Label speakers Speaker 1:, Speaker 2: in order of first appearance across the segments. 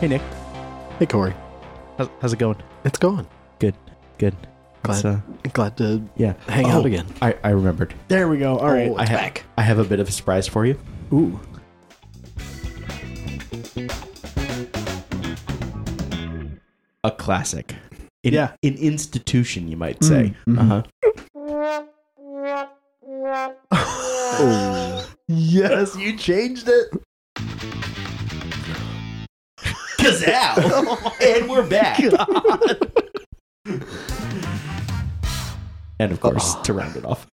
Speaker 1: Hey, Nick.
Speaker 2: Hey, Corey.
Speaker 1: How's, how's it going?
Speaker 2: It's gone.
Speaker 1: Good. Good.
Speaker 2: Glad,
Speaker 1: It's, uh,
Speaker 2: glad to
Speaker 1: yeah.
Speaker 2: hang
Speaker 1: Oh,
Speaker 2: out again.
Speaker 1: I, I remembered.
Speaker 2: There we go. All right.
Speaker 1: I ha- I have a bit of a surprise for you.
Speaker 2: Oh, Ooh.
Speaker 1: A classic. An,
Speaker 2: Yeah. Mm, mm-hmm.
Speaker 1: An institution, you might say. Uh-huh.
Speaker 2: Oh. Yes, you changed it. Oh
Speaker 1: Kazow! and we're back. and of course,
Speaker 2: Ah.
Speaker 1: to round it off.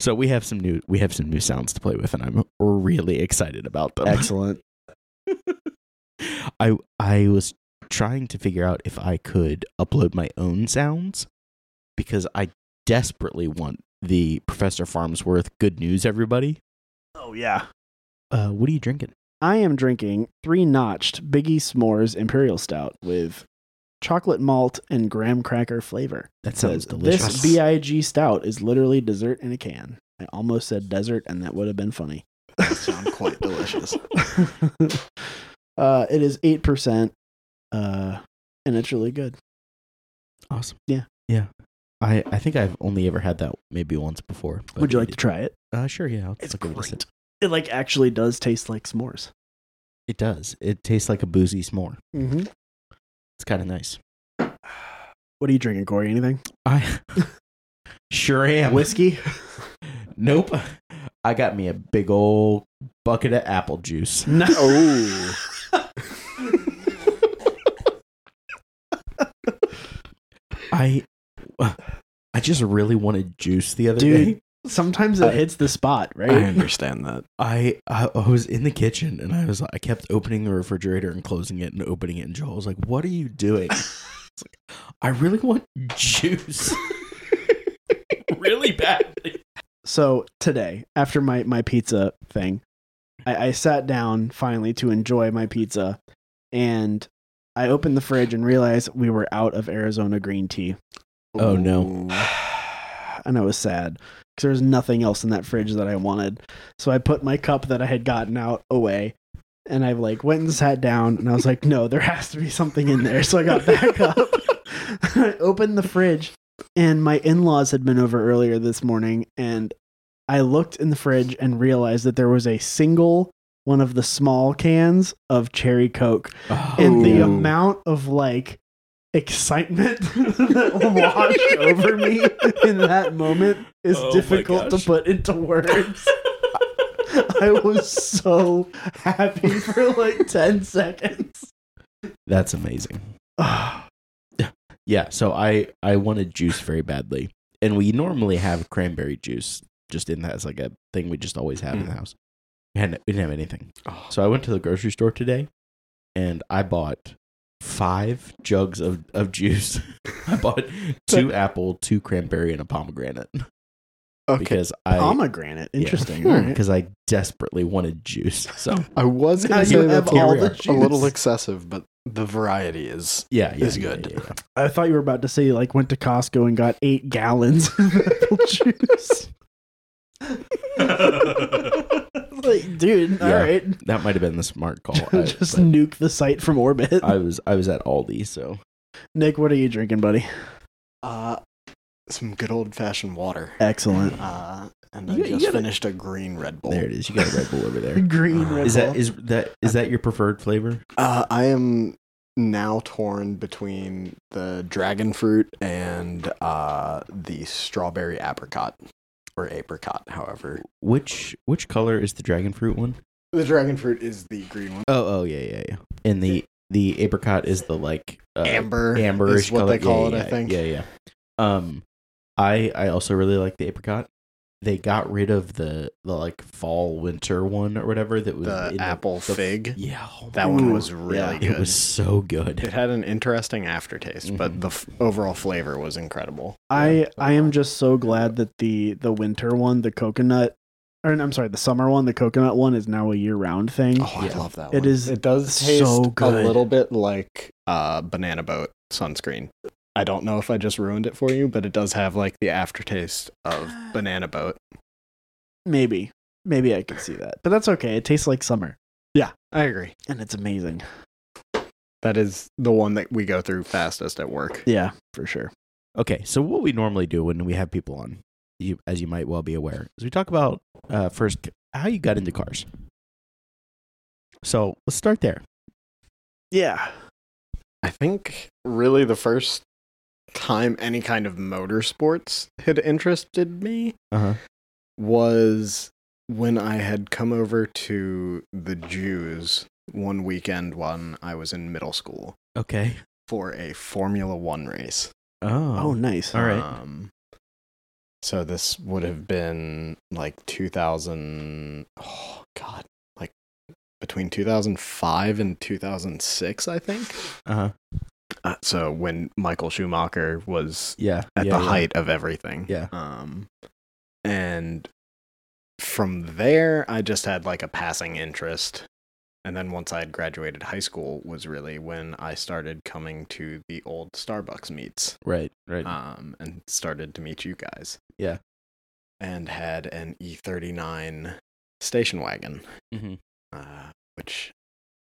Speaker 1: So we have some new we have some new sounds to play with, and I'm really excited about them.
Speaker 3: Excellent.
Speaker 1: I I was trying to figure out if I could upload my own sounds because I desperately want the Professor Farmsworth good news everybody.
Speaker 3: Oh yeah.
Speaker 1: Uh, what are you drinking?
Speaker 3: I am drinking three notched Biggie S'mores Imperial Stout with chocolate malt and graham cracker flavor.
Speaker 1: That
Speaker 3: Says
Speaker 1: sounds delicious.
Speaker 3: Uh, This BIG stout is literally dessert in a can. I almost said desert, and that would have been funny.
Speaker 2: sounds quite delicious.
Speaker 3: uh, it is eight percent, uh, and it's really good.
Speaker 1: awesome.
Speaker 3: Yeah.
Speaker 1: Yeah. I, I think I've only ever had that maybe once before. but
Speaker 3: would you like
Speaker 1: it-
Speaker 3: to try it?
Speaker 1: Uh, sure, yeah. I'll
Speaker 3: It's
Speaker 1: I'll give it a sip.
Speaker 3: great. It like actually does taste like s'mores.
Speaker 1: It does. It tastes like a boozy s'more.
Speaker 3: Mm-hmm.
Speaker 1: It's kind of nice.
Speaker 3: What are you drinking, Corey? Anything?
Speaker 1: I sure am.
Speaker 3: Whiskey?
Speaker 1: nope. I got me a big old bucket of apple juice.
Speaker 3: no.
Speaker 1: I I just really wanted juice the other
Speaker 3: Dude.
Speaker 1: day.
Speaker 3: Sometimes it hits the spot,
Speaker 2: I
Speaker 3: right?
Speaker 2: understand that.
Speaker 1: I, I I was in the kitchen and I was I kept opening the refrigerator and closing it and opening it and Joel was like, "What are you doing?" It's like, I really want juice. really badly.
Speaker 3: so today after my my pizza thing I, I sat down finally to enjoy my pizza and i opened the fridge and realized we were out of arizona green tea
Speaker 1: Oh, no.
Speaker 3: and i was sad because there was nothing else in that fridge that i wanted so i put my cup that i had gotten out away and i like went and sat down and i was like no there has to be something in there so i got back up i opened the fridge and my in-laws had been over earlier this morning and I looked in the fridge and realized that there was a single one of the small cans of cherry coke
Speaker 1: Oh,
Speaker 3: and the
Speaker 2: Ooh.
Speaker 3: amount of like excitement that washed over me in that moment is
Speaker 1: Oh my
Speaker 3: difficult to
Speaker 1: gosh.
Speaker 3: put into words. I was so happy for like 10 seconds.
Speaker 1: That's amazing.
Speaker 3: Ah,
Speaker 1: Yeah, so I I wanted juice very badly, and we normally have cranberry juice just in that as like a thing we just always
Speaker 3: Hmm.
Speaker 1: have in the house. And we didn't have anything,
Speaker 3: Oh.
Speaker 1: so I went to the grocery store today, and I bought five jugs of of juice. I bought two apple, two cranberry, and a pomegranate
Speaker 2: Okay.
Speaker 1: because I
Speaker 3: Pomegranate.
Speaker 1: yeah.
Speaker 3: Interesting.
Speaker 2: Hmm.
Speaker 3: all right.
Speaker 1: because I desperately wanted juice. So
Speaker 2: I was
Speaker 3: Now
Speaker 2: going to
Speaker 3: you
Speaker 2: say
Speaker 3: have
Speaker 2: that's a,
Speaker 3: all
Speaker 1: we
Speaker 3: the
Speaker 1: are.
Speaker 2: a little
Speaker 3: juice.
Speaker 2: excessive, but the variety is.
Speaker 1: yeah, yeah
Speaker 2: It's
Speaker 1: yeah,
Speaker 2: good.
Speaker 1: yeah, yeah.
Speaker 3: I thought you were about to say you like went to Costco and got eight gallons of apple juice. like, dude, all
Speaker 1: Yeah.
Speaker 3: right,
Speaker 1: That might have been the smart call. I-
Speaker 3: just
Speaker 1: but
Speaker 3: nuke the site from orbit.
Speaker 1: I was I was at Aldi, so
Speaker 3: Nick, what are you drinking, buddy?
Speaker 2: Uh, some good old fashioned water.
Speaker 3: Excellent.
Speaker 2: Uh, and
Speaker 1: You
Speaker 2: I
Speaker 1: got- you
Speaker 2: just
Speaker 1: gotta-
Speaker 2: finished a green Red
Speaker 3: Oh.
Speaker 2: Bull.
Speaker 1: there it is. You got a Red Bull over there.
Speaker 3: Green Red
Speaker 1: Uh, Is that
Speaker 3: Bull.
Speaker 1: is that is that your preferred flavor?
Speaker 2: Uh, I am now torn between the dragon fruit and uh, the strawberry apricot or apricot, however.
Speaker 1: Which which color is the dragon fruit one?
Speaker 2: The dragon fruit is the green one.
Speaker 1: Oh oh yeah yeah yeah. And the the apricot is the like uh,
Speaker 2: Amber,
Speaker 1: amberish
Speaker 2: is what
Speaker 1: color.
Speaker 2: they call
Speaker 1: Yeah,
Speaker 2: it.
Speaker 1: yeah,
Speaker 2: I think.
Speaker 1: Yeah yeah. Um, I I also really like the apricot. They got rid of the the like fall winter one or whatever that was
Speaker 2: The
Speaker 1: in
Speaker 2: apple
Speaker 1: the-
Speaker 2: fig.
Speaker 1: Yeah, oh
Speaker 2: That
Speaker 1: my
Speaker 2: one
Speaker 1: God.
Speaker 2: was really
Speaker 1: Yeah,
Speaker 2: good.
Speaker 1: It was so good.
Speaker 2: It had an interesting aftertaste,
Speaker 1: Mhm.
Speaker 3: Mm-hmm.
Speaker 2: but the f- overall flavor was incredible.
Speaker 3: I I am just so glad that the the winter one, the coconut, or I'm sorry, the summer one, the coconut one, is now a year round thing.
Speaker 2: Oh, I
Speaker 1: Yeah.
Speaker 2: love that.
Speaker 3: Mm, It
Speaker 2: one.
Speaker 3: is
Speaker 2: It does
Speaker 3: so
Speaker 2: taste a
Speaker 3: good.
Speaker 2: little bit like uh, banana boat sunscreen. I don't know if I just ruined it for you, but it does have like the aftertaste of banana boat.
Speaker 3: Maybe maybe I could see that, but that's okay. It tastes like summer,
Speaker 2: I agree.
Speaker 3: and it's amazing.
Speaker 2: That is the one that we go through fastest at work.
Speaker 3: Yeah, for sure.
Speaker 1: Okay, so what we normally do when we have people on, you, as you might well be aware, is we talk about uh, first how you got into cars. So let's start there.
Speaker 3: Yeah.
Speaker 2: I think really the first time any kind of motorsports had interested me
Speaker 1: Uh-huh.
Speaker 2: was when I had come over to the Jews one weekend when I was in middle school
Speaker 1: Okay.
Speaker 2: for a Formula One race.
Speaker 3: Oh,
Speaker 1: Oh.
Speaker 3: nice.
Speaker 1: All right.
Speaker 2: Um, so this would have been like 2000. Oh, God. Like between 2005 and 2006, I think.
Speaker 1: Uh huh.
Speaker 2: Uh, so when Michael Schumacher was
Speaker 1: Yeah.
Speaker 2: at
Speaker 1: yeah,
Speaker 2: the
Speaker 1: yeah.
Speaker 2: height of everything.
Speaker 1: Yeah.
Speaker 2: Um, and from there, I just had like a passing interest. And then once I had graduated high school, was really when I started coming to the old Starbucks meets
Speaker 1: Right. Right.
Speaker 2: um, and started to meet you guys.
Speaker 1: Yeah.
Speaker 2: And had an E39 station wagon,
Speaker 1: hmm
Speaker 2: uh, which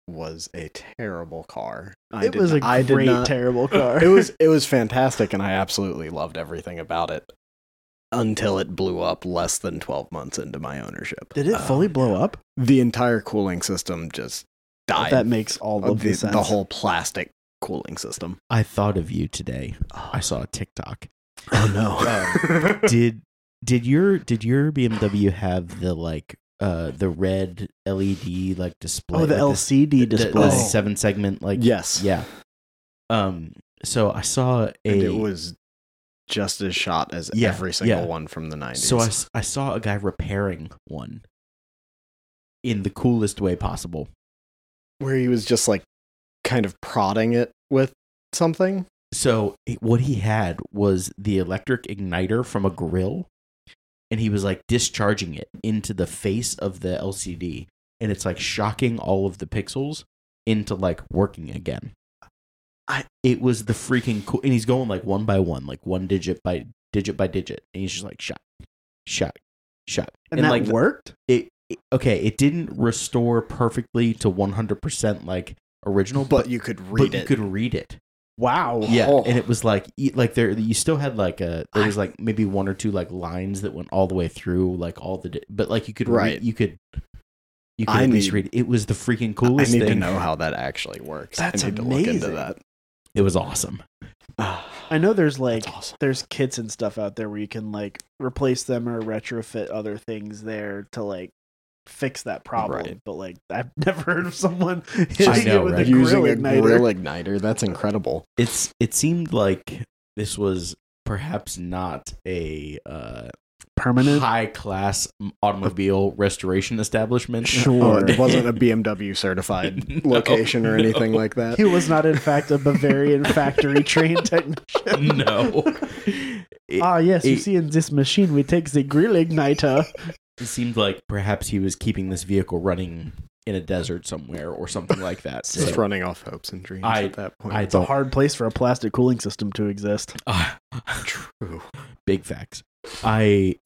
Speaker 2: was a terrible car.
Speaker 3: it was a
Speaker 2: a
Speaker 3: great, terrible car.
Speaker 2: it was it was fantastic, and I absolutely loved everything about it until it blew up less than 12 months into my ownership. Um,
Speaker 3: Did it
Speaker 1: Oh,
Speaker 3: fully blow up?
Speaker 2: The entire cooling system just died.
Speaker 3: That makes all
Speaker 2: Uh,
Speaker 3: of the,
Speaker 2: the,
Speaker 3: sense.
Speaker 2: the whole plastic cooling system.
Speaker 1: I thought of you today. I saw a TikTok.
Speaker 2: Oh no.
Speaker 1: did did your did your BMW have the like uh the red LED like display?
Speaker 3: Oh, the
Speaker 1: like this-
Speaker 3: LCD
Speaker 1: the-
Speaker 3: display. Oh.
Speaker 1: the seven segment like
Speaker 2: yes.
Speaker 1: yeah. Um. So I saw a.
Speaker 2: And it was just as shot as
Speaker 1: Yeah,
Speaker 2: every single
Speaker 1: yeah.
Speaker 2: one from the 90s.
Speaker 1: So I, s- I saw a guy repairing one in the coolest way possible.
Speaker 2: where he was just like kind of prodding it with something.
Speaker 1: So it- what he had was the electric igniter from a grill, and he was like discharging it into the face of the LCD, and it's like shocking all of the pixels into like working again. I it was the freaking cool, and he's going like one by one, like one digit by digit by digit, and he's just like shot, shot, shot,
Speaker 3: and, that
Speaker 1: like the-
Speaker 3: worked?
Speaker 1: it, it- okay it didn't restore perfectly to 100% like original
Speaker 2: But you could
Speaker 1: but
Speaker 2: read
Speaker 1: you
Speaker 2: it.
Speaker 1: could read it
Speaker 3: Wow.
Speaker 1: yeah
Speaker 2: Oh.
Speaker 1: and it was like e- like there you still had like a there was like maybe one or two like lines that went all the way through like all the di- but like you could
Speaker 2: Right.
Speaker 1: read, you could you could
Speaker 2: I
Speaker 1: at least
Speaker 2: need-
Speaker 1: read it. It was the freaking
Speaker 2: I
Speaker 1: coolest
Speaker 2: need to
Speaker 1: thing
Speaker 2: know how that actually works.
Speaker 3: That's
Speaker 2: I need to
Speaker 3: amazing.
Speaker 2: look
Speaker 1: it was awesome
Speaker 2: into that.
Speaker 3: I know there's like
Speaker 2: That's awesome.
Speaker 3: there's kits and stuff out there where you can like replace them or retrofit other things there to like fix that problem.
Speaker 2: Right.
Speaker 3: But like I've never heard of someone hitting
Speaker 1: know,
Speaker 3: it with
Speaker 1: right?
Speaker 3: a grill
Speaker 2: Using a
Speaker 3: igniter.
Speaker 2: grill igniter, that's incredible.
Speaker 1: it's it seemed like this was perhaps not a uh
Speaker 3: Permanent.
Speaker 1: high class automobile restoration establishment
Speaker 2: Oh,
Speaker 3: Sure.
Speaker 2: it wasn't a BMW certified
Speaker 1: No,
Speaker 2: location or
Speaker 1: no.
Speaker 2: anything like that.
Speaker 3: He was not, in fact, a Bavarian factory trained technician.
Speaker 1: no. It,
Speaker 3: Ah, yes, you
Speaker 1: It-
Speaker 3: see, in this machine, we take the grill igniter.
Speaker 1: it seemed like perhaps he was keeping this vehicle running in a desert somewhere or something like that.
Speaker 2: Just
Speaker 1: So,
Speaker 2: running off hopes and dreams
Speaker 1: I-
Speaker 2: at that point.
Speaker 1: I
Speaker 3: It's a
Speaker 1: don't.
Speaker 3: hard place for a plastic cooling system to exist.
Speaker 1: ah,
Speaker 2: True.
Speaker 1: big facts. I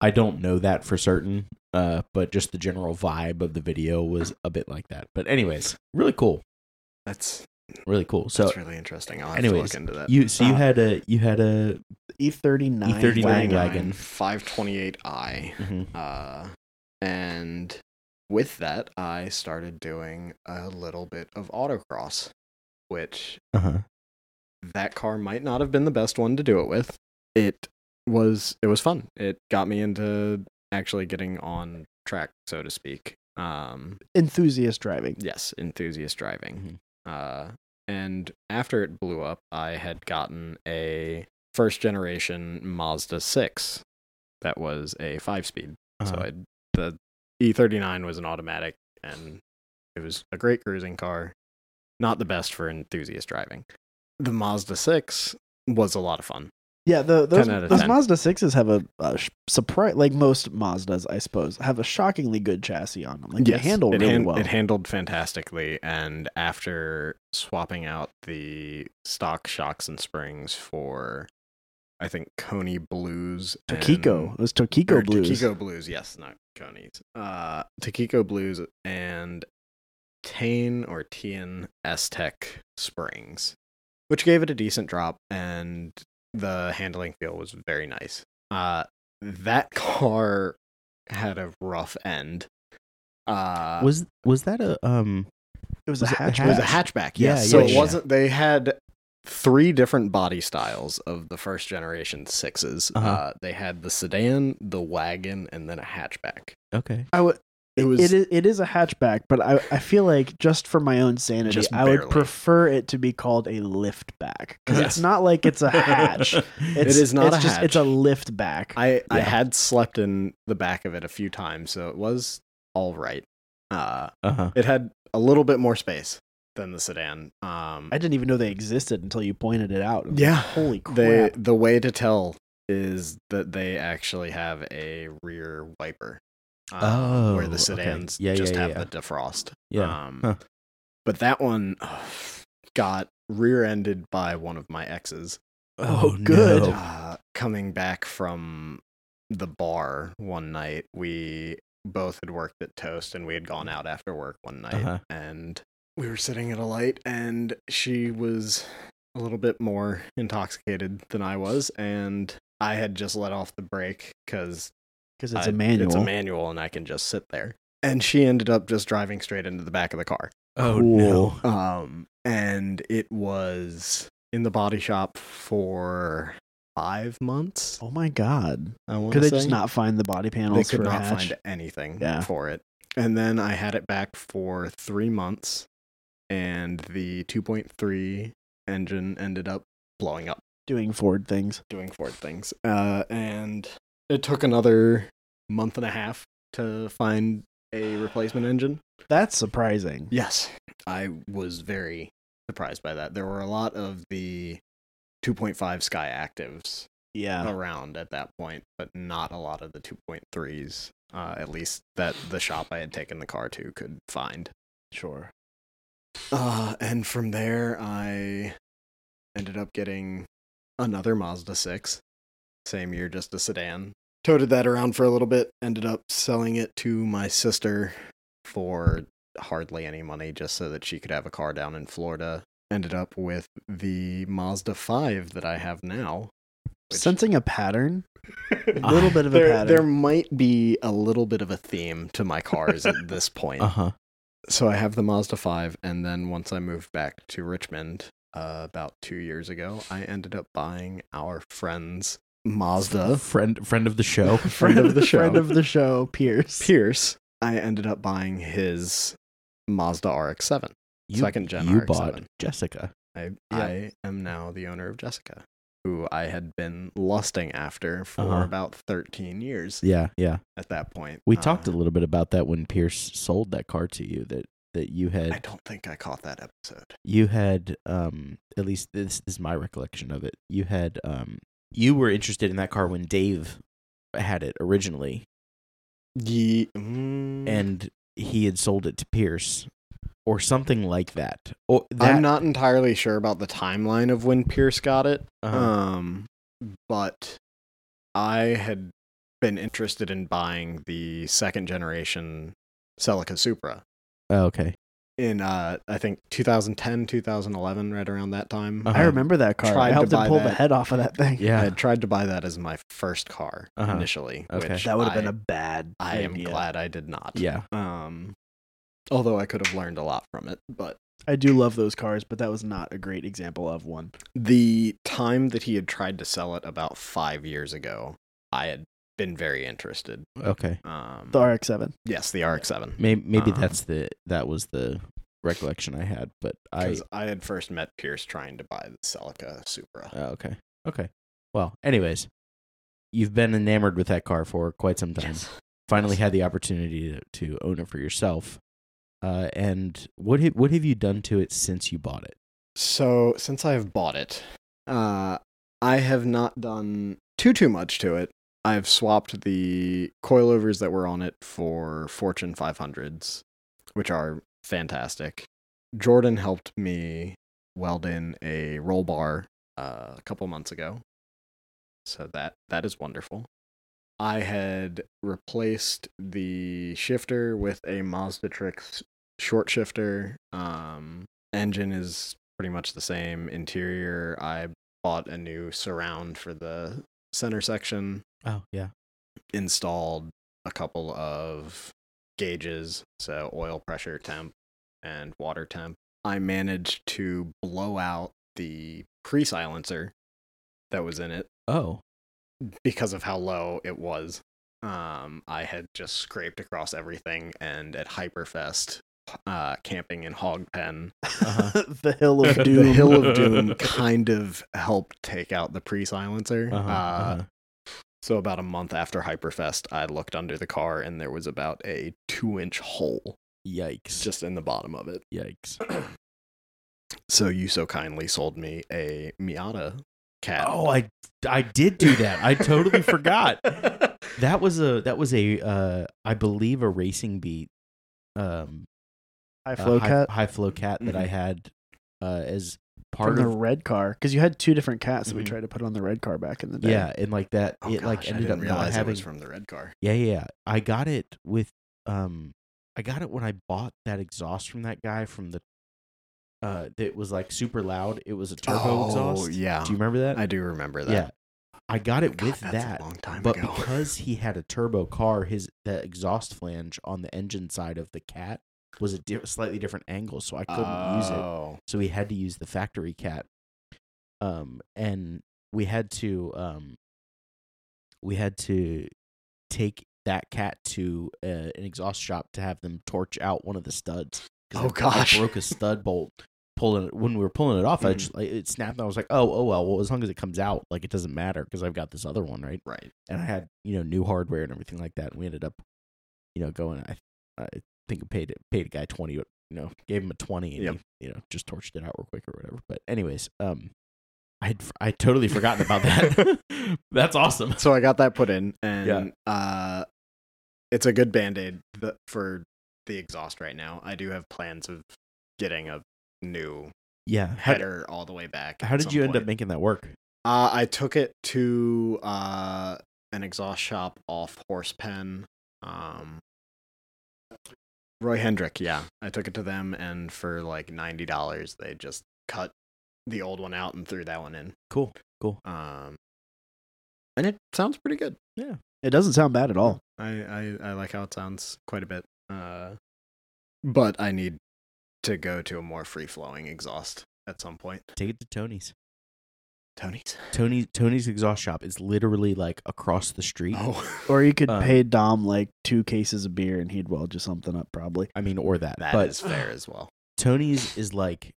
Speaker 1: I don't know that for certain, uh, but just the general vibe of the video was a bit like that. But anyways, really cool,
Speaker 2: That's
Speaker 1: really cool. So
Speaker 2: that's really interesting. I'll have to
Speaker 1: anyways,
Speaker 2: look into that.
Speaker 1: you so you
Speaker 3: Uh,
Speaker 1: had a you had a
Speaker 3: E39.
Speaker 2: E
Speaker 1: E39
Speaker 3: E wagon.
Speaker 1: wagon.
Speaker 2: 528i.
Speaker 1: mhm.
Speaker 2: Uh, and with that, I started doing a little bit of autocross, which
Speaker 1: uh-huh.
Speaker 2: that car might not have been the best one to do it with. It was it was fun. It got me into actually getting on track, so to speak. Um,
Speaker 3: Enthusiast driving.
Speaker 2: yes, enthusiast driving. Uh, and after it blew up, I had gotten a first generation Mazda six that was a five speed. So
Speaker 1: Uh-huh.
Speaker 2: I the E39 was an automatic, and it was a great cruising car. Not the best for enthusiast driving. The Mazda 6 was a lot of fun.
Speaker 3: Yeah, the, those,
Speaker 2: 10 out of
Speaker 3: those
Speaker 2: 10.
Speaker 3: Mazda 6s have a, a sh- surprise, like most Mazdas, I suppose, have a shockingly good chassis on them. Like
Speaker 2: Yeah,
Speaker 3: they handle
Speaker 2: it
Speaker 3: really
Speaker 2: han-
Speaker 3: well.
Speaker 2: It handled fantastically, and after swapping out the stock shocks and springs for, I think Coney Blues, and-
Speaker 3: Tokiko. It was
Speaker 2: or
Speaker 3: Tokiko Blues.
Speaker 2: Takiko Blues, yes, not Coney's. Uh, Takiko Blues and Tane or Tian Aztec Springs, which gave it a decent drop, and the handling feel was very nice. Uh, that car had a rough end. Uh,
Speaker 1: was was that a um?
Speaker 3: It was,
Speaker 1: Was
Speaker 3: a
Speaker 1: it a
Speaker 3: hatchback.
Speaker 2: it was a hatchback,
Speaker 1: Yeah,
Speaker 2: yes. so
Speaker 1: yeah,
Speaker 2: it
Speaker 1: yeah.
Speaker 2: wasn't. They had three different body styles of the first generation 6s
Speaker 1: Uh-huh.
Speaker 2: Uh, they had the sedan, the wagon, and then a hatchback.
Speaker 1: Okay.
Speaker 3: I would.
Speaker 2: It
Speaker 3: It
Speaker 2: was-
Speaker 3: was. It is, it is a hatchback, but I, I feel like just for my own sanity,
Speaker 2: Just
Speaker 3: I would
Speaker 2: barely.
Speaker 3: prefer it to be called a liftback because
Speaker 2: Yes.
Speaker 3: it's not like it's a hatch. It's,
Speaker 2: is not
Speaker 3: it's
Speaker 2: a
Speaker 3: Just, it's a
Speaker 2: hatch.
Speaker 3: liftback.
Speaker 2: I I
Speaker 1: Yeah.
Speaker 2: had slept in the back of it a few times, so it was all right. Uh,
Speaker 1: Uh huh.
Speaker 2: it had a little bit more space than the sedan. Um,
Speaker 3: I didn't even know they existed until you pointed it out.
Speaker 2: yeah,
Speaker 3: Holy crap!
Speaker 2: the the way to tell is that they actually have a rear wiper. um, where
Speaker 1: Oh,
Speaker 2: the
Speaker 1: okay.
Speaker 2: sedans
Speaker 1: Yeah,
Speaker 2: just
Speaker 1: yeah,
Speaker 2: have
Speaker 1: yeah.
Speaker 2: the defrost.
Speaker 1: Yeah.
Speaker 2: Um,
Speaker 1: Huh.
Speaker 2: But that one ugh, got rear-ended by one of my exes.
Speaker 3: Oh, good.
Speaker 1: no.
Speaker 2: Uh, coming back from the bar one night, we both had worked at Toast and we had gone out after work one night
Speaker 1: Uh-huh.
Speaker 2: and we were sitting at a light and she was a little bit more intoxicated than I was and I had just let off the brake cuz
Speaker 3: because it's
Speaker 2: a
Speaker 3: a manual.
Speaker 2: It's a manual and I can just sit there. And she ended up just driving straight into the back of the car.
Speaker 1: Oh
Speaker 3: Cool.
Speaker 1: no.
Speaker 2: Um, and it was in the body shop for five months.
Speaker 3: Oh my god!
Speaker 2: I want
Speaker 3: Could they just not find the body panels
Speaker 2: They could
Speaker 3: for a
Speaker 2: not
Speaker 3: hatch?
Speaker 2: find anything
Speaker 3: Yeah.
Speaker 2: for it. And then I had it back for three months, and the 2.3 engine ended up blowing up,
Speaker 3: doing Ford things.
Speaker 2: doing Ford things. Uh, and it took another month and a half to find a replacement engine.
Speaker 3: That's surprising.
Speaker 2: Yes, I was very surprised by that. There were a lot of the 2.5 Sky Actives
Speaker 3: Yeah.
Speaker 2: around at that point, but not a lot of the 2.3s. Uh, at least that the shop I had taken the car to could find.
Speaker 3: Sure.
Speaker 2: Uh, and from there, I ended up getting another Mazda 6, same year, just a sedan. Toted that around for a little bit, ended up selling it to my sister for hardly any money just so that she could have a car down in Florida. Ended up with the Mazda 5 that I have now. which-
Speaker 3: Sensing a pattern. A
Speaker 2: Uh,
Speaker 3: little bit of a
Speaker 2: there,
Speaker 3: pattern.
Speaker 2: there might be a little bit of a theme to my cars at this point
Speaker 1: Uh huh.
Speaker 2: so I have the Mazda 5, and then once I moved back to Richmond uh, about two years ago, I ended up buying our friend's Mazda
Speaker 1: Friend friend of the show.
Speaker 2: friend of the show.
Speaker 3: Friend of the show, Pierce.
Speaker 2: Pierce. I ended up buying his Mazda RX-7. Second gen
Speaker 1: You
Speaker 2: RX-7.
Speaker 1: bought Jessica.
Speaker 2: I, I am now the owner of Jessica, who I had been lusting after for
Speaker 1: Uh-huh.
Speaker 2: about 13 years
Speaker 1: Yeah, yeah.
Speaker 2: at that point.
Speaker 1: We
Speaker 2: Uh,
Speaker 1: talked a little bit about that when Pierce sold that car to you. That that you had
Speaker 2: I don't think I caught that episode.
Speaker 1: you had um at least this is my recollection of it you had um you were interested in that car when dave had it originally
Speaker 2: Ye- mm, Hmm.
Speaker 1: and he had sold it to pierce or something like that or that
Speaker 2: I'm not entirely sure about the timeline of when Pierce got it.
Speaker 1: uh,
Speaker 2: Um, but I had been interested in buying the second generation Celica Supra
Speaker 1: oh, okay
Speaker 2: in uh, I think 2010, 2011, right around that time.
Speaker 1: Uh-huh.
Speaker 3: I remember that car.
Speaker 2: Tried
Speaker 3: I
Speaker 2: to
Speaker 3: helped him
Speaker 2: buy
Speaker 3: pull the
Speaker 2: that.
Speaker 3: head off of that thing.
Speaker 2: I
Speaker 1: yeah
Speaker 2: had tried to buy that as my first car
Speaker 1: Uh-huh.
Speaker 2: initially,
Speaker 1: Okay.
Speaker 2: which
Speaker 3: That would have
Speaker 2: I-
Speaker 3: been a bad.
Speaker 2: I am
Speaker 3: idea.
Speaker 2: glad I did not.
Speaker 1: yeah
Speaker 2: Um, although I could have learned a lot from it, but
Speaker 3: I do love those cars, but that was not a great example of one.
Speaker 2: the time that he had tried to sell it about five years ago, I had been very interested.
Speaker 1: okay
Speaker 2: Um,
Speaker 3: The RX-7.
Speaker 2: yes, the RX-7.
Speaker 1: maybe, maybe
Speaker 2: Um,
Speaker 1: that's the that was the recollection i had but i
Speaker 2: Because I, had first met Pierce trying to buy the Celica Supra.
Speaker 1: oh, okay okay well anyways you've been enamored with that car for quite some time finally had the opportunity to, to own it for yourself. Uh, and what ha- what have you done to it since you bought it?
Speaker 2: So since I have bought it, uh, I have not done too too much to it. I've swapped the coilovers that were on it for Fortune 500s, which are fantastic. Jordan helped me weld in a roll bar uh, a couple months ago, so that that is wonderful. I had replaced the shifter with a Mazda Trix short shifter. Um, engine is pretty much the same. Interior, I bought a new surround for the center section.
Speaker 1: Oh yeah.
Speaker 2: Installed a couple of gauges, so oil pressure temp and water temp. I managed to blow out the pre silencer that was in it
Speaker 1: Oh.
Speaker 2: because of how low it was. Um, I had just scraped across everything, and at Hyperfest, uh, camping in Hogpen,
Speaker 1: Uh-huh.
Speaker 3: the hill of
Speaker 1: The
Speaker 3: doom.
Speaker 2: the Hill of Doom kind of helped take out the pre silencer.
Speaker 1: Uh-huh,
Speaker 2: uh
Speaker 1: uh-huh.
Speaker 2: So, about a month after Hyperfest, I looked under the car, and there was about a two inch hole
Speaker 1: Yikes.
Speaker 2: just in the bottom of it.
Speaker 1: yikes.
Speaker 2: So, you so kindly sold me a Miata cat.
Speaker 1: Oh, I I did do that. I totally forgot.
Speaker 2: Oh,
Speaker 1: That was a that was a uh I believe a racing beat um
Speaker 3: High
Speaker 1: uh,
Speaker 3: flow
Speaker 1: high,
Speaker 3: cat
Speaker 1: high flow cat Mm-hmm. that I
Speaker 2: Mhm.
Speaker 1: had uh as
Speaker 3: from
Speaker 1: part
Speaker 3: the
Speaker 1: of
Speaker 3: red car because you had two different cats that we
Speaker 1: Mhm.
Speaker 3: tried to put on the red car back in the day.
Speaker 1: yeah, and like that
Speaker 2: Oh,
Speaker 1: it like
Speaker 2: gosh, I
Speaker 1: ended
Speaker 2: didn't
Speaker 1: up not
Speaker 2: realize it
Speaker 1: having
Speaker 2: was from the red car.
Speaker 1: Yeah, yeah, yeah. I got it with um I got it when I bought that exhaust from that guy from the uh that was like super loud. It was a turbo exhaust.
Speaker 2: Oh, yeah.
Speaker 1: Do you remember that?
Speaker 2: I do remember that.
Speaker 1: Yeah. I got it with
Speaker 2: that's
Speaker 1: that.
Speaker 2: a long time
Speaker 1: But
Speaker 2: ago.
Speaker 1: because he had a turbo car, his the exhaust flange on the engine side of the cat was a di- slightly different angle, so I couldn't use it.
Speaker 2: Oh.
Speaker 1: So we had to use the factory cat. Um, and we had to um, we had to take that cat to uh, an exhaust shop to have them torch out one of the studs. 'Cause
Speaker 2: Oh,
Speaker 1: I- I
Speaker 2: gosh.
Speaker 1: broke a stud bolt. Pulling it when we were pulling it off, I
Speaker 2: Mhm.
Speaker 1: just like, it snapped. and I was like, "Oh, oh well, well. As long as it comes out, like it doesn't matter because I've got this other one, right?"
Speaker 2: Right.
Speaker 1: and I had you know new hardware and everything like that. And we ended up, you know, going. I I think I paid paid a guy twenty. You know, gave him a twenty, and
Speaker 2: Yep.
Speaker 1: he, you know, just torched it out real quick or whatever. But anyways, um, I had I had totally forgotten about that. That's awesome.
Speaker 2: So I got that put in, and uh, it's a good band aid for the exhaust right now. I do have plans of getting a new
Speaker 1: Yeah. How,
Speaker 2: header all the way back.
Speaker 1: how
Speaker 2: at
Speaker 1: did
Speaker 2: some
Speaker 1: you end
Speaker 2: point.
Speaker 1: up making that work?
Speaker 2: Uh, I took it to uh, an exhaust shop off Horse Pen. Um, Roy Hendrick, yeah. I took it to them, and for like $90, they just cut the old one out and threw that one in.
Speaker 1: Cool. Cool.
Speaker 2: Um, and it sounds pretty good.
Speaker 3: it doesn't sound bad at all.
Speaker 2: I, I, I like how it sounds quite a bit. Uh, but I need to go to a more free flowing exhaust at some point.
Speaker 1: Take it to Tony's.
Speaker 2: Tony's.
Speaker 1: Tony Tony's exhaust shop is literally like across the street.
Speaker 2: Oh,
Speaker 3: Or you could
Speaker 1: Uh,
Speaker 3: pay Dom like two cases of beer and he'd weld you something up probably.
Speaker 1: I mean, or that.
Speaker 2: that is
Speaker 1: but
Speaker 2: fair as well.
Speaker 1: Tony's is like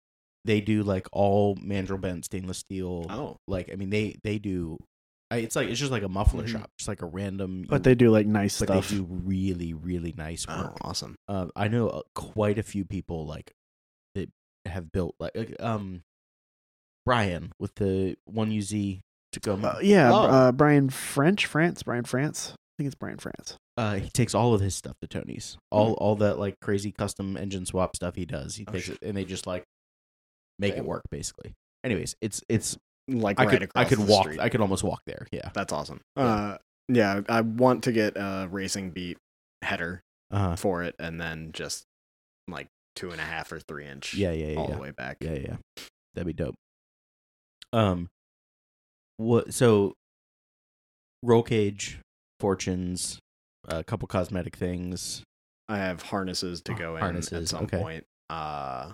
Speaker 1: they do like all mandrel bent stainless steel.
Speaker 2: Oh,
Speaker 1: like i mean they they do I, it's like it's just like a muffler
Speaker 2: Mhm.
Speaker 1: shop just like a random
Speaker 3: But they do like nice
Speaker 1: but
Speaker 3: stuff.
Speaker 1: they do really really nice
Speaker 2: oh
Speaker 1: work
Speaker 2: awesome.
Speaker 1: uh, i know uh, quite a few people like that have built like like, um brian with the one uz
Speaker 3: Uh,
Speaker 1: tacoma
Speaker 3: yeah,
Speaker 2: Oh.
Speaker 3: uh, Brian French, France, Brian France. I think it's Brian France.
Speaker 1: uh he takes all of his stuff to tony's all all that like crazy custom engine swap stuff he does he
Speaker 2: Hmm. Oh,
Speaker 1: takes
Speaker 2: shit.
Speaker 1: it and they just like make it
Speaker 2: Damn.
Speaker 1: work basically anyways it's it's
Speaker 2: Like
Speaker 1: i
Speaker 2: right
Speaker 1: could i
Speaker 2: across
Speaker 1: could
Speaker 2: the
Speaker 1: walk
Speaker 2: street.
Speaker 1: i could almost walk there yeah
Speaker 2: That's awesome. Uh, yeah, I want to get a racing beat header
Speaker 1: uh
Speaker 2: for it, and then just like two and a half or three inch
Speaker 1: yeah yeah yeah,
Speaker 2: all
Speaker 1: yeah.
Speaker 2: the way back.
Speaker 1: Yeah, yeah. That'd be dope. Um what so roll cage, fortunes, a couple cosmetic things.
Speaker 2: I have harnesses to
Speaker 1: Oh,
Speaker 2: go in at
Speaker 1: harnesses,
Speaker 2: some
Speaker 1: okay.
Speaker 2: point. Uh,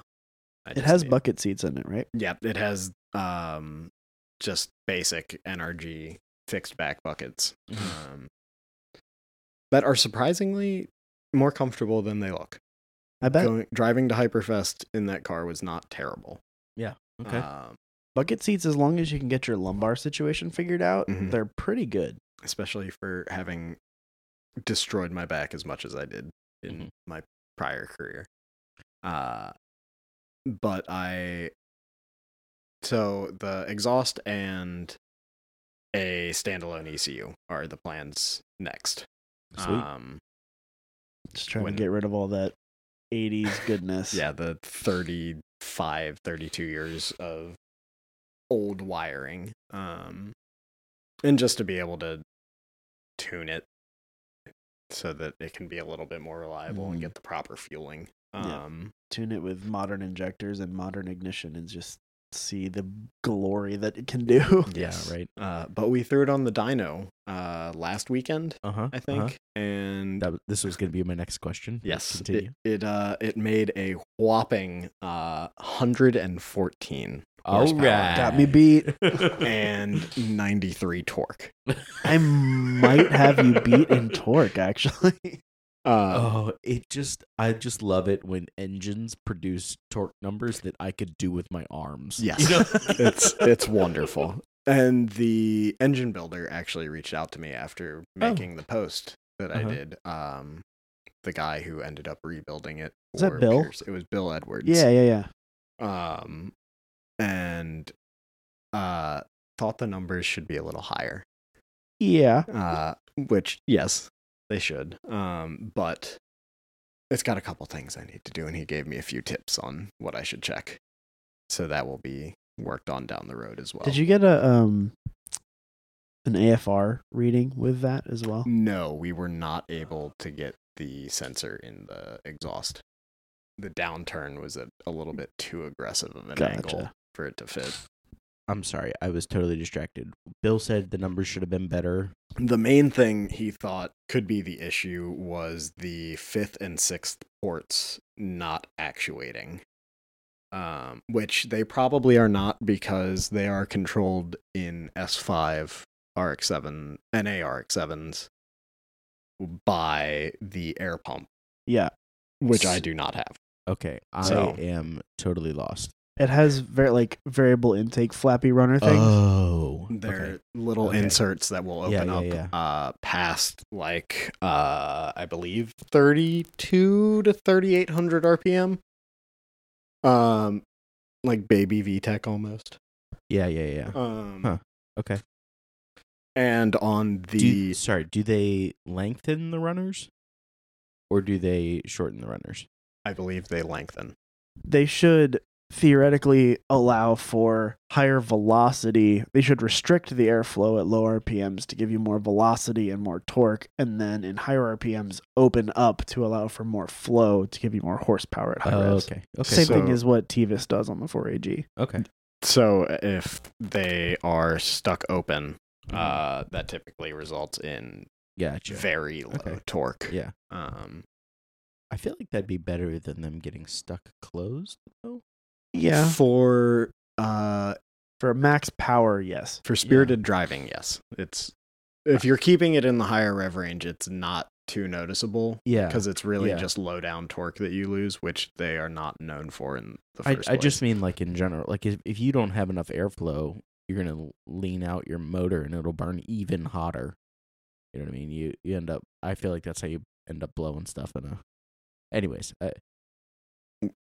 Speaker 2: I
Speaker 3: It
Speaker 2: just
Speaker 3: has
Speaker 2: need-
Speaker 3: bucket seats in it, right?
Speaker 2: Yep, it has um just basic NRG fixed back buckets
Speaker 1: Mhm.
Speaker 2: um, that are surprisingly more comfortable than they look.
Speaker 3: I bet
Speaker 2: Going, driving to Hyperfest in that car was not terrible.
Speaker 1: Okay.
Speaker 2: Um,
Speaker 3: bucket seats as long as you can get your lumbar situation figured out,
Speaker 2: Mhm.
Speaker 3: they're pretty good.
Speaker 2: especially for having destroyed my back as much as I did in
Speaker 1: Mhm.
Speaker 2: my prior career. Uh, but I so the exhaust and a standalone ECU are the plans next.
Speaker 1: Sweet.
Speaker 2: Um,
Speaker 3: Just trying
Speaker 2: When-
Speaker 3: to get rid of all that 80s goodness.
Speaker 2: yeah, the 35, 32 years of old wiring. Um, and just to be able to tune it so that it can be a little bit more reliable and
Speaker 1: Mhm.
Speaker 2: get the proper fueling.
Speaker 3: Yeah.
Speaker 2: Um,
Speaker 3: Tune it with modern injectors and modern ignition and just see the glory that it can do.
Speaker 2: yes.
Speaker 1: right.
Speaker 2: Uh, but we threw it on the dyno uh, last weekend,
Speaker 1: Uh huh.
Speaker 2: I think, and
Speaker 1: That, this was going to be my next question. but
Speaker 2: yes, it
Speaker 1: Continue.
Speaker 2: it, uh, it made a whopping uh, 114
Speaker 1: All
Speaker 2: horsepower.
Speaker 1: right.
Speaker 3: Got me beat.
Speaker 2: and 93 torque.
Speaker 1: Uh,
Speaker 3: I might have you beat in torque, actually.
Speaker 2: Uh,
Speaker 1: Oh, it just I just love it when engines produce torque numbers that I could do with my arms.
Speaker 2: Yes.
Speaker 1: You know?
Speaker 2: it's it's wonderful. And the engine builder actually reached out to me after
Speaker 3: Oh.
Speaker 2: making the post that
Speaker 1: Uh-huh.
Speaker 2: I did. Um, the guy who ended up rebuilding it.
Speaker 3: Is that
Speaker 2: for
Speaker 3: Bill?
Speaker 2: Pierce- It was Bill Edwards.
Speaker 3: Yeah, yeah, yeah.
Speaker 2: Um, and uh, thought the numbers should be a little higher.
Speaker 3: Yeah.
Speaker 2: Uh, which yes, they should. Um, but it's got a couple things I need to do, and he gave me a few tips on what I should check. So that will be worked on down the road as well.
Speaker 3: Did you get a um an AFR reading with that as well?
Speaker 2: No, we were not able to get the sensor in the exhaust. The downturn was a, a little bit too aggressive of an angle
Speaker 3: Gotcha.
Speaker 2: for it to fit.
Speaker 1: I'm sorry, I was totally distracted. Bill said the numbers should have been better.
Speaker 2: The main thing he thought could be the issue was the fifth and sixth ports not actuating. Um, which they probably are not because they are controlled in S5 RX7 and ARX7s by the air pump,
Speaker 3: Yeah.
Speaker 2: which I do not have.
Speaker 1: Okay, I
Speaker 2: So-
Speaker 1: am totally lost.
Speaker 3: It has very like variable intake flappy runner things.
Speaker 1: Oh,
Speaker 2: They're
Speaker 1: okay.
Speaker 2: little
Speaker 1: Okay.
Speaker 2: inserts that will open
Speaker 1: Yeah,
Speaker 2: up
Speaker 1: yeah,
Speaker 2: Uh, past like uh, I believe thirty-two to thirty-eight hundred RPM. Um, like baby VTEC almost.
Speaker 1: yeah, yeah, yeah.
Speaker 2: Um,
Speaker 1: Huh, okay.
Speaker 2: And on the
Speaker 1: Do you- sorry, do they lengthen the runners, or do they shorten the runners?
Speaker 2: I believe they lengthen.
Speaker 3: They should theoretically allow for higher velocity. They should restrict the airflow at low RPMs to give you more velocity and more torque, and then in higher RPMs open up to allow for more flow to give you more horsepower at higher revs.
Speaker 1: Oh, okay, okay,
Speaker 3: Same
Speaker 2: so-
Speaker 3: thing as what Tevis does on the 4AG.
Speaker 1: okay.
Speaker 2: So uh, if they are stuck open,
Speaker 1: Mm-hmm.
Speaker 2: uh, that typically results in
Speaker 1: Gotcha.
Speaker 2: very low
Speaker 1: Okay.
Speaker 2: torque.
Speaker 1: Yeah,
Speaker 2: Um,
Speaker 1: I feel like that'd be better than them getting stuck closed, though.
Speaker 3: Yeah.
Speaker 2: For uh,
Speaker 3: For max power, yes.
Speaker 2: for spirited driving, yes, it's if you're keeping it in the higher rev range, it's not too noticeable
Speaker 1: Yeah,
Speaker 2: because it's really
Speaker 1: Yeah.
Speaker 2: just low down torque that you lose, which they are not known for in the
Speaker 1: I,
Speaker 2: first.
Speaker 1: I just
Speaker 2: place.
Speaker 1: mean like in general, like if, if you don't have enough airflow, you're gonna l- lean out your motor and it'll burn even hotter. You know what I mean? You you end up. I feel like that's how you end up blowing stuff in a. Anyways, uh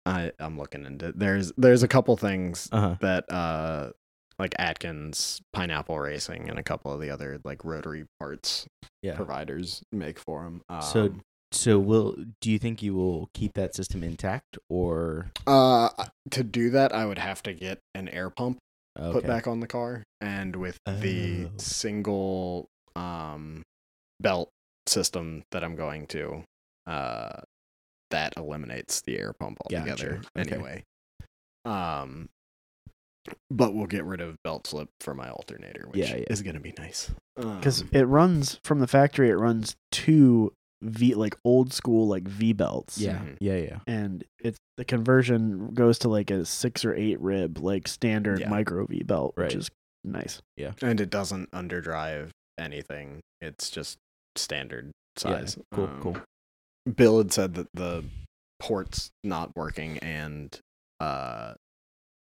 Speaker 2: I I'm looking into there's there's a couple things
Speaker 1: huh.
Speaker 2: that uh like Atkins, Pineapple Racing, and a couple of the other like rotary parts
Speaker 1: Yeah.
Speaker 2: providers make for them. Um,
Speaker 1: So- So will do you think you will keep that system intact or
Speaker 2: uh, to do that, I would have to get an air pump
Speaker 1: okay.
Speaker 2: put back on the car and with the
Speaker 1: Oh.
Speaker 2: single um belt system that I'm going to uh that eliminates the air pump
Speaker 1: Gotcha.
Speaker 2: altogether
Speaker 1: Okay.
Speaker 2: anyway um but we'll get rid of belt slip for my alternator which
Speaker 1: Yeah, yeah.
Speaker 2: is going to be nice
Speaker 3: because
Speaker 2: Um,
Speaker 3: it runs from the factory. It runs two V like old school like V belts.
Speaker 1: Yeah,
Speaker 2: Mhm.
Speaker 1: yeah, yeah.
Speaker 3: and it's the conversion goes to like a six or eight rib like standard
Speaker 2: Yeah.
Speaker 3: micro V belt,
Speaker 1: Right.
Speaker 3: which is nice.
Speaker 2: and it doesn't underdrive anything it's just standard size
Speaker 1: Yeah, cool,
Speaker 2: Um,
Speaker 1: cool.
Speaker 2: Bill had said that the ports not working and uh,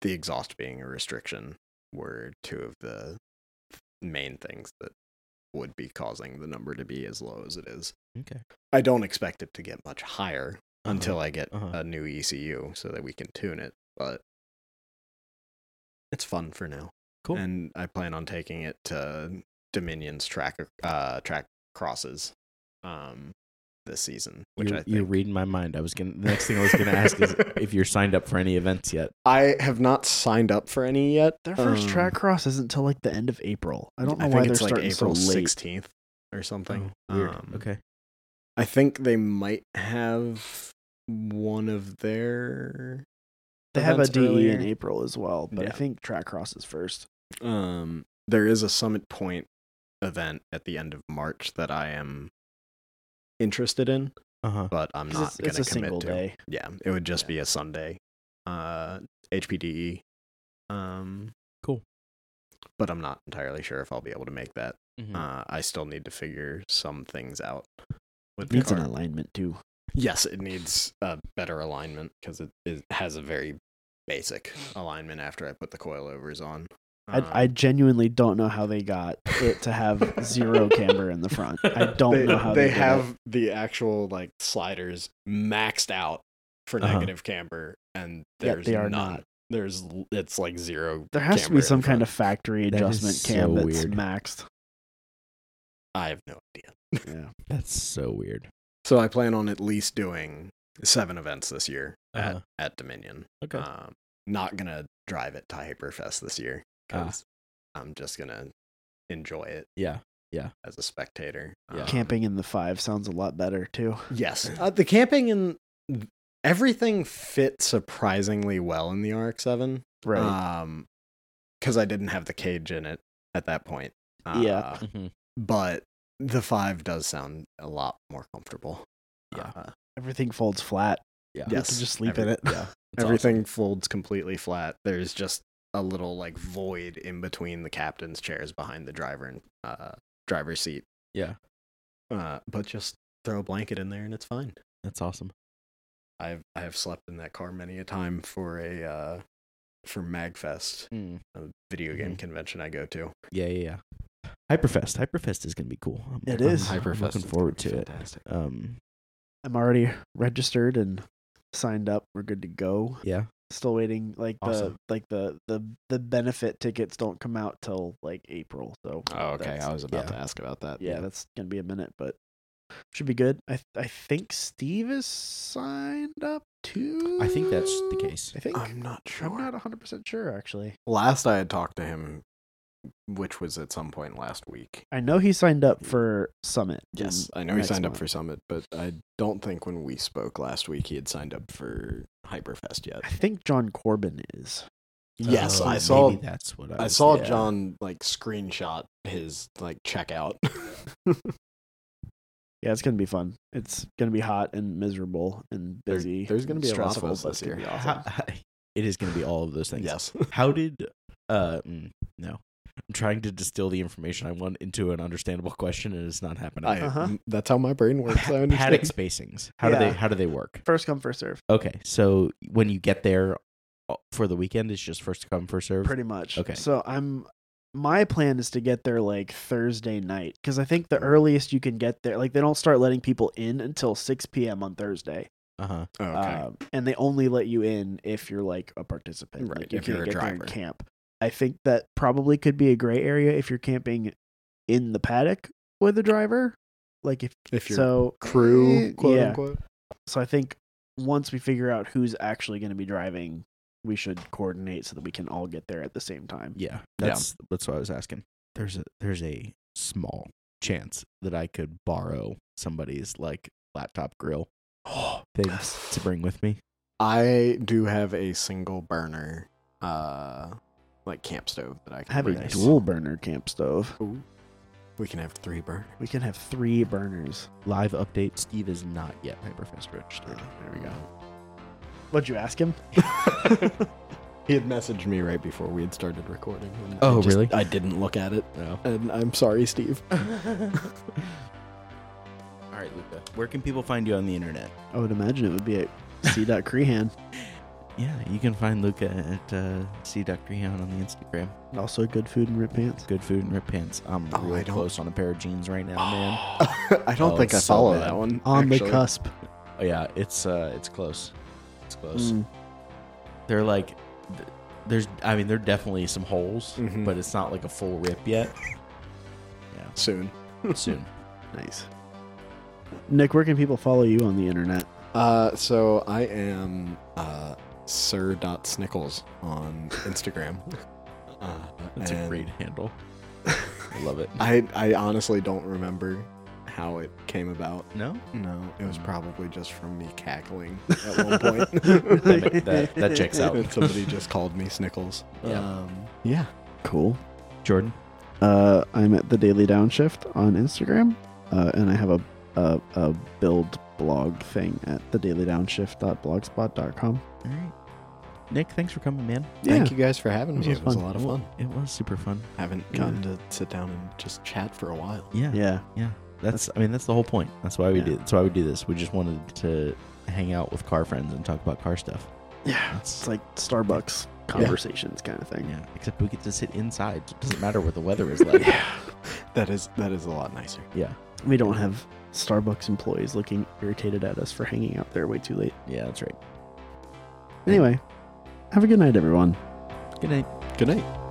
Speaker 2: the exhaust being a restriction were two of the main things that would be causing the number to be as low as it is.
Speaker 1: Okay.
Speaker 2: I don't expect it to get much higher until I get
Speaker 1: uh-huh.
Speaker 2: a new ECU so that we can tune it, but it's fun for now.
Speaker 1: Cool.
Speaker 2: And I plan on taking it to Dominion's track uh, track crosses um, this season, which
Speaker 1: you're,
Speaker 2: I think
Speaker 1: you're reading my mind. I was gonna. The next thing I was gonna ask is if you're signed up for any events yet.
Speaker 2: I have not signed up for any yet.
Speaker 3: Their first
Speaker 2: Um,
Speaker 3: track cross isn't until like the end of April. I don't know
Speaker 2: I
Speaker 3: why
Speaker 2: think
Speaker 3: they're
Speaker 2: it's like
Speaker 3: starting
Speaker 2: April
Speaker 3: so late. Oh,
Speaker 2: sixteenth or something.
Speaker 1: Oh, weird.
Speaker 2: Um,
Speaker 1: okay.
Speaker 2: I think they might have one of their
Speaker 3: They have a
Speaker 2: events
Speaker 3: DE in
Speaker 2: earlier.
Speaker 3: April as well, but I
Speaker 2: Yeah.
Speaker 3: think track cross is first.
Speaker 2: Um, there is a Summit Point event at the end of March that I am interested in,
Speaker 1: Uh huh.
Speaker 2: but I'm
Speaker 3: 'Cause
Speaker 2: not
Speaker 3: it's,
Speaker 2: going
Speaker 3: it's a
Speaker 2: to commit
Speaker 3: single
Speaker 2: to.
Speaker 3: day.
Speaker 2: Yeah, it would just
Speaker 3: Yeah.
Speaker 2: be a Sunday. Uh, HPDE. Um,
Speaker 1: Cool.
Speaker 2: but I'm not entirely sure if I'll be able to make that.
Speaker 3: Hmm.
Speaker 2: Uh, I still need to figure some things out. With the
Speaker 3: Needs an
Speaker 2: car.
Speaker 3: alignment too.
Speaker 2: Yes, it needs a better alignment because it, it has a very basic alignment after I put the coilovers on. Um,
Speaker 3: I, I genuinely don't know how they got it to have zero camber in the front. I don't
Speaker 2: they,
Speaker 3: know how
Speaker 2: they
Speaker 3: they, did it.
Speaker 2: have the actual like sliders maxed out for
Speaker 1: Uh-huh.
Speaker 2: negative camber, and
Speaker 3: Yet
Speaker 2: there's
Speaker 3: they are
Speaker 2: none.
Speaker 3: not.
Speaker 2: There's l- it's like zero.
Speaker 3: There has to
Speaker 2: camber
Speaker 3: be
Speaker 2: in
Speaker 3: some
Speaker 2: the
Speaker 3: kind of
Speaker 2: front.
Speaker 3: factory
Speaker 1: That is
Speaker 3: adjustment cam
Speaker 1: so
Speaker 3: that's
Speaker 1: weird.
Speaker 3: maxed.
Speaker 2: I have no idea.
Speaker 3: Yeah.
Speaker 1: That's so weird.
Speaker 2: So I plan on at least doing seven events this year
Speaker 1: Uh-huh.
Speaker 2: at at Dominion.
Speaker 1: Okay.
Speaker 2: Um, not gonna drive it to Hyperfest this year
Speaker 3: Ah.
Speaker 2: because I'm just gonna enjoy it
Speaker 1: yeah.
Speaker 2: as a spectator.
Speaker 1: Yeah.
Speaker 3: Camping in the five sounds a lot better too.
Speaker 2: Yes, uh, the camping and everything fit surprisingly well in the RX-7.
Speaker 3: Right.
Speaker 2: Um, because I didn't have the cage in it at that point. Uh,
Speaker 3: Yeah.
Speaker 1: Mm-hmm.
Speaker 2: but the five does sound a lot more comfortable.
Speaker 1: Yeah.
Speaker 2: Uh,
Speaker 3: Everything folds flat.
Speaker 1: Yeah.
Speaker 3: You
Speaker 2: yes,
Speaker 3: can just sleep in
Speaker 2: every-
Speaker 3: it.
Speaker 2: Yeah,
Speaker 1: That's
Speaker 2: everything folds completely flat. There's just a little like void in between the captain's chairs behind the driver and uh, driver's seat.
Speaker 1: Yeah.
Speaker 2: Uh, but just throw a blanket in there and it's fine.
Speaker 1: That's awesome.
Speaker 2: I've I have slept in that car many a time for a uh, for Magfest, a video
Speaker 3: Mm-hmm.
Speaker 2: game
Speaker 1: Mhm.
Speaker 2: convention I go to.
Speaker 1: Yeah, yeah, yeah. Hyperfest. Hyperfest is gonna be cool. I'm,
Speaker 3: It
Speaker 1: I'm-
Speaker 3: is.
Speaker 1: I'm looking forward to it.
Speaker 2: Fantastic.
Speaker 1: Um.
Speaker 3: I'm already registered and signed up. We're good to go.
Speaker 1: Yeah.
Speaker 3: Still waiting like
Speaker 1: Awesome.
Speaker 3: the like the the the benefit tickets don't come out till like April. So
Speaker 2: Oh, okay.
Speaker 3: that's-
Speaker 2: I was about
Speaker 1: yeah.
Speaker 2: to ask about that.
Speaker 3: yeah, that's gonna be a minute, but should be good. I I think Steve is signed up too.
Speaker 1: I think that's the case.
Speaker 3: I think I'm
Speaker 2: I'm not sure.
Speaker 3: not 100 percent sure actually.
Speaker 2: Last I had talked to him, which was at some point last week.
Speaker 3: I know he signed up for Summit.
Speaker 2: Yes,
Speaker 3: in
Speaker 2: I know he
Speaker 3: next
Speaker 2: signed up
Speaker 3: month.
Speaker 2: for Summit, but I don't think when we spoke last week he had signed up for Hyperfest yet.
Speaker 3: I think John Corbin is.
Speaker 2: Yes,
Speaker 1: Oh,
Speaker 2: I saw.
Speaker 1: Maybe that's what I,
Speaker 2: I
Speaker 1: was
Speaker 2: saw
Speaker 1: thinking.
Speaker 2: John like screenshot his like checkout.
Speaker 3: Yeah, it's gonna be fun. It's gonna be hot and miserable and
Speaker 2: There-
Speaker 3: busy.
Speaker 2: there's gonna
Speaker 3: and
Speaker 2: be a lot of
Speaker 3: stressful,
Speaker 2: us
Speaker 3: but
Speaker 2: this
Speaker 3: it's gonna
Speaker 2: year.
Speaker 3: be awesome.
Speaker 1: It is gonna be all of those things.
Speaker 2: yes.
Speaker 1: How did? Uh. mm, no. I'm trying to distill the information I want into an understandable question, and it's not happening.
Speaker 2: I,
Speaker 3: Uh-huh.
Speaker 2: That's how my brain works. I
Speaker 1: Paddock
Speaker 2: understand.
Speaker 1: spacings. How do
Speaker 3: Yeah.
Speaker 1: they? How do they work?
Speaker 3: First come, first serve.
Speaker 1: Okay, so when you get there uh, for the weekend, it's just first come, first serve.
Speaker 3: Pretty much.
Speaker 1: Okay.
Speaker 3: So I'm. My plan is to get there like Thursday night because I think
Speaker 2: Mm-hmm.
Speaker 3: the earliest you can get there, like they don't start letting people in until 6 p.m. on Thursday,
Speaker 1: Uh huh.
Speaker 2: Oh,
Speaker 3: um, and they only let you in if you're like a participant.
Speaker 2: Right,
Speaker 3: Like, you
Speaker 2: if you're
Speaker 3: can't
Speaker 2: a
Speaker 3: get there and
Speaker 2: driver.
Speaker 3: camp. I think that probably could be a gray area if you're camping in the paddock with a driver. Like if
Speaker 2: if you're
Speaker 3: so,
Speaker 2: crew,
Speaker 3: eh,
Speaker 2: quote
Speaker 3: yeah.
Speaker 2: unquote.
Speaker 3: So I think once we figure out who's actually going to be driving, we should coordinate so that we can all get there at the same time.
Speaker 1: Yeah, that's that's what I was asking. There's a there's a small chance that I could borrow somebody's like laptop grill thing to bring with me.
Speaker 2: I do have a single burner, uh, like camp stove that I
Speaker 3: I
Speaker 2: can
Speaker 3: have
Speaker 2: bring.
Speaker 3: a
Speaker 1: Nice.
Speaker 3: dual burner camp stove.
Speaker 2: Ooh. We can have three burner.
Speaker 3: We can have three burners.
Speaker 1: Live update: Steve is not yet Hyperfest registered.
Speaker 2: There we go.
Speaker 3: What'd you ask him?
Speaker 2: He had messaged me right before we had started recording. and I
Speaker 1: Oh,
Speaker 2: just-
Speaker 1: really?
Speaker 2: I didn't look at it,
Speaker 1: No.
Speaker 2: and I'm sorry, Steve.
Speaker 1: All right, Luca. Where can people find you on the internet?
Speaker 3: I would imagine it would be at C. Crehan
Speaker 1: Yeah, you can find Luca at uh, C Dr. Young on the Instagram.
Speaker 3: and also good food and rip pants.
Speaker 1: Good food and rip pants. I'm
Speaker 2: Oh, I
Speaker 1: real
Speaker 2: don't-
Speaker 1: close on a pair of jeans right now, man.
Speaker 2: I don't
Speaker 1: Oh,
Speaker 2: think I
Speaker 1: it's so
Speaker 2: follow
Speaker 1: bad.
Speaker 2: that one.
Speaker 3: On
Speaker 2: actually.
Speaker 3: the cusp.
Speaker 1: Oh, yeah, it's uh, it's close. It's close.
Speaker 3: Mm.
Speaker 1: They're like, th- there's, I mean, there are definitely some holes,
Speaker 2: Mhm.
Speaker 1: but it's not like a full rip yet.
Speaker 2: Soon.
Speaker 1: Soon.
Speaker 3: Nice. Nick, where can people follow you on the internet?
Speaker 2: Uh, so I am uh, Sir Dot Snickles on Instagram. uh,
Speaker 1: That's a
Speaker 2: and
Speaker 1: great handle. I love it.
Speaker 2: I I honestly don't remember not how it came about. Mm.
Speaker 1: No,
Speaker 2: No, it was probably just from me cackling at one point.
Speaker 1: that, ma- that, that checks out.
Speaker 2: And somebody just called me Snickles.
Speaker 1: Yeah.
Speaker 2: Um, yeah.
Speaker 3: Cool.
Speaker 1: Jordan,
Speaker 3: Uh, I'm at the Daily Downshift on Instagram, uh, and I have a, a a build blog thing at thedailyDownshift.blogspot.com.
Speaker 1: all right. Nick, thanks for coming, man.
Speaker 2: Thank you guys for having
Speaker 3: This
Speaker 2: me.
Speaker 3: was
Speaker 2: It was a
Speaker 3: fun.
Speaker 2: lot of fun. Mm.
Speaker 1: It was super fun.
Speaker 2: Haven't gotten to sit down and just chat for a while.
Speaker 1: Yeah,
Speaker 3: Yeah.
Speaker 1: That's. I mean, that's the whole point. That's why we
Speaker 3: Yeah.
Speaker 1: do. That's why we do this. We just wanted to hang out with car friends and talk about car stuff.
Speaker 3: Yeah.
Speaker 1: That's
Speaker 3: It's like Starbucks conversations kind of thing.
Speaker 1: yeah. Except we get to sit inside. so It doesn't matter what the weather is like.
Speaker 2: That is that is a lot nicer.
Speaker 1: yeah.
Speaker 3: We don't have Starbucks employees looking irritated at us for hanging out there way too late.
Speaker 1: Yeah. That's right.
Speaker 3: Anyway, have a good night, everyone.
Speaker 1: Good night.
Speaker 2: Good night.